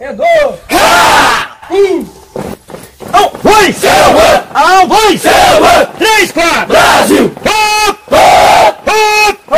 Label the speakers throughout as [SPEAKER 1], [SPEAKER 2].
[SPEAKER 1] É dois. Um.
[SPEAKER 2] Não, vai!
[SPEAKER 3] Selva!
[SPEAKER 2] Ah, vai!
[SPEAKER 3] Selva!
[SPEAKER 2] Três, quatro!
[SPEAKER 3] Brasil!
[SPEAKER 2] Hop! Hop!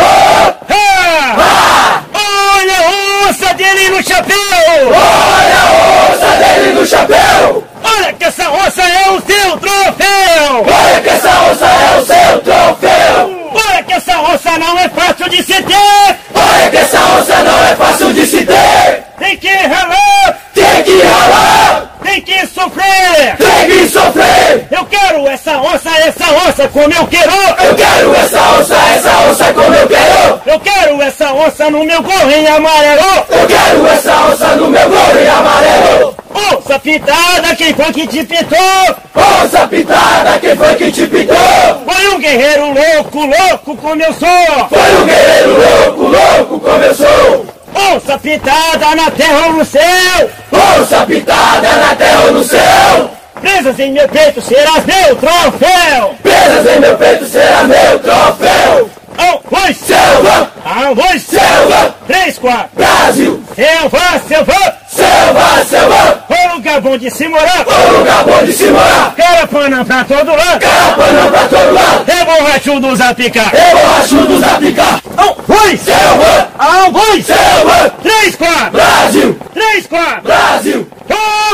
[SPEAKER 2] Ha! Olha a onça dele no chapéu!
[SPEAKER 3] Olha a onça dele no chapéu!
[SPEAKER 2] Olha que essa onça é o seu troféu!
[SPEAKER 3] Olha que essa onça é o seu troféu!
[SPEAKER 2] Olha que essa onça não é fácil de se ter!
[SPEAKER 3] Olha que essa onça não é fácil de se ter!
[SPEAKER 2] Tem que ralar,
[SPEAKER 3] Tem que ralar!
[SPEAKER 2] tem que sofrer!
[SPEAKER 3] Tem que sofrer!
[SPEAKER 2] Eu quero essa onça, essa onça como eu quero!
[SPEAKER 3] Eu quero essa onça, essa onça como eu quero!
[SPEAKER 2] Eu quero essa onça no meu gorrinho amarelo!
[SPEAKER 3] Eu quero essa onça no meu couro amarelo!
[SPEAKER 2] Onça pintada, quem foi que te pintou?
[SPEAKER 3] Onça pintada, quem foi que te pintou?
[SPEAKER 2] Foi um guerreiro louco, louco como eu sou!
[SPEAKER 3] Foi um guerreiro louco, louco como eu sou!
[SPEAKER 2] Onça pintada na terra ou no céu!
[SPEAKER 3] Onça pintada na terra ou no céu!
[SPEAKER 2] Presas em meu peito serás meu troféu!
[SPEAKER 3] Pedras em meu peito será meu troféu!
[SPEAKER 2] Um, dois,
[SPEAKER 3] Selva!
[SPEAKER 2] ah, um, dois,
[SPEAKER 3] Selva!
[SPEAKER 2] três, quatro!
[SPEAKER 3] Brasil!
[SPEAKER 2] Selva, selva!
[SPEAKER 3] Selva, selva!
[SPEAKER 2] Foi lugar bom de se morar!
[SPEAKER 3] Um lugar bom de se morar!
[SPEAKER 2] Carapana pra todo lado!
[SPEAKER 3] Carapana pra todo lado!
[SPEAKER 2] É borrachudo dos apicar!
[SPEAKER 3] Eu acho dos aplicar!
[SPEAKER 2] Um, dois,
[SPEAKER 3] Selva!
[SPEAKER 2] ah, um, dois,
[SPEAKER 3] Selva!
[SPEAKER 2] três, quatro!
[SPEAKER 3] Brasil!
[SPEAKER 2] Três, quatro!
[SPEAKER 3] Brasil!
[SPEAKER 2] Hop!